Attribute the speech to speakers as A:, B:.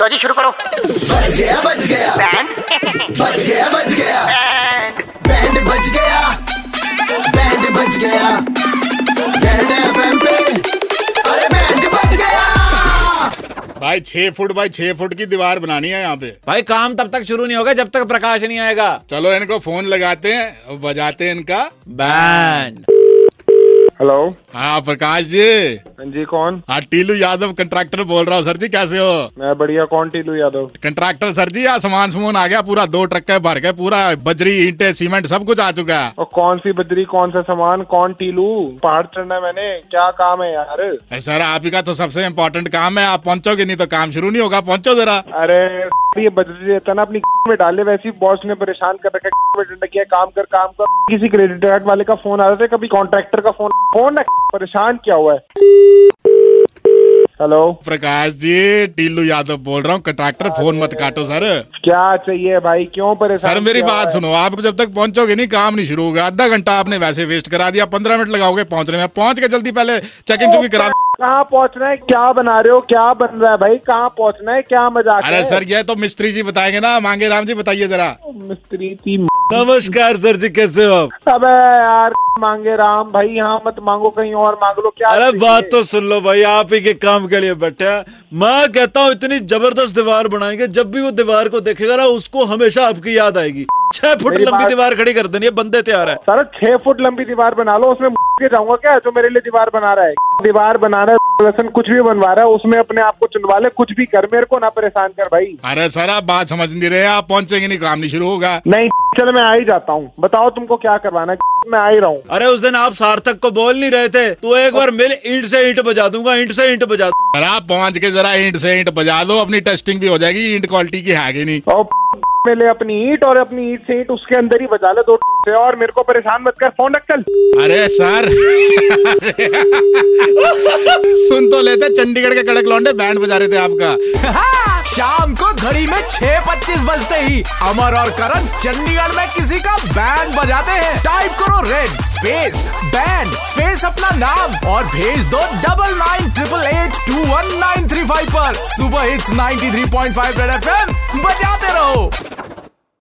A: लो जी शुरू करो
B: बच गया बच गया
A: बैंड
B: बच गया बच गया
A: बैंड
B: बैंड बच गया बैंड बच गया बैंड एफएम पे अरे बैंड बच गया
C: भाई छह फुट बाय छह फुट की दीवार बनानी है यहाँ पे
D: भाई काम तब तक शुरू नहीं होगा जब तक प्रकाश नहीं आएगा
C: चलो इनको फोन लगाते हैं और बजाते हैं इनका
D: बैंड
E: हेलो
C: हाँ प्रकाश जी
E: हाँ जी कौन
C: हाँ टीलू यादव कंट्रैक्टर बोल रहा हूँ सर जी कैसे हो
E: मैं बढ़िया कौन टीलू यादव
C: कंट्रैक्टर सर जी यहाँ सामान समून आ गया पूरा दो ट्रक का भर गए पूरा बजरी ईंटे सीमेंट सब कुछ आ चुका है
E: और कौन सी बजरी कौन सा सामान कौन टीलू पहाड़ चढ़ना है मैंने क्या काम है यार
C: अरे सर आप ही का तो सबसे इम्पोर्टेंट काम है आप पहुंचोगे नहीं तो काम शुरू नहीं होगा पहुंचो जरा
E: अरे ये बजरी रहता ना अपनी में डाले वैसे ही बॉस ने परेशान कर रखा है, में डंडा किया काम कर काम कर किसी क्रेडिट कार्ड वाले का फोन आ रहा था कभी कॉन्ट्रैक्टर का फोन फोन ना परेशान क्या हुआ है हेलो
C: प्रकाश जी टीलू यादव बोल रहा हूँ कंट्रैक्टर फोन मत काटो सर
E: क्या चाहिए भाई क्यों परेशान
C: सर मेरी
E: किया हुआ
C: बात
E: है?
C: सुनो आप जब तक पहुंचोगे नहीं काम नहीं शुरू होगा आधा घंटा आपने वैसे वेस्ट करा दिया पंद्रह मिनट लगाओगे पहुंचने में पहुंच के जल्दी पहले चेक
E: Oh,
C: इन चुकी करा
E: कहाँ पहुँचना है क्या बना रहे हो क्या बन रहा है भाई कहाँ पहुँचना है क्या मजाक
C: अरे
E: है?
C: सर ये तो मिस्त्री जी बताएंगे ना मांगे राम जी बताइए जरा
E: मिस्त्री थी
D: नमस्कार सर जी कैसे हो आप
E: अबे यार मांगे राम भाई यहाँ मत मांगो कहीं और मांग लो क्या
F: अरे
E: चाहिए?
F: बात तो सुन लो भाई आप ही के काम के लिए बैठे हैं मैं कहता हूँ इतनी जबरदस्त दीवार बनाएंगे जब भी वो दीवार को देखेगा ना उसको हमेशा आपकी याद आएगी छह फुट
E: मेरी
F: लंबी
E: बात-
F: दीवार खड़ी कर देनी है बंदे तैयार है
E: सारा छह फुट लंबी दीवार बना लो उसमें के जाऊंगा क्या जो मेरे लिए दीवार बना रहा है दीवार बना रहा है व्यसन कुछ भी बनवा रहा है उसमें अपने आप को चुनवा ले कुछ भी कर मेरे को ना परेशान कर भाई
C: अरे सर आप बात समझ नहीं रहे आप पहुंचेंगे नहीं काम नहीं शुरू होगा
E: नहीं चल मैं आ ही जाता हूँ बताओ तुमको क्या करवाना है मैं आ ही रहा हूँ
F: अरे उस दिन आप सार्थक को बोल नहीं रहे थे तो एक बार मेरे ईंट से ईंट बजा दूंगा ईंट से ईंट बजा दूंगा।
C: सर आप पहुंच के जरा ईंट से ईंट बजा दो अपनी टेस्टिंग भी हो जाएगी ईंट क्वालिटी की है कि नहीं
E: और में ले अपनी ईट और अपनी ईट से ईट उसके अंदर ही बजा ले दो से और मेरे को परेशान मत कर फोन रख चल
C: अरे सर सुन तो लेते चंडीगढ़ के कड़क लौंडे बैंड बजा रहे थे आपका
G: शाम को घड़ी में छह पच्चीस बजते ही अमर और करण चंडीगढ़ में किसी का बैंड बजाते हैं टाइप करो रेड स्पेस बैंड स्पेस अपना नाम और भेज दो double nine triple eight two one nine three five पर सुबह hits 93.5 three point five red F बजाते रहो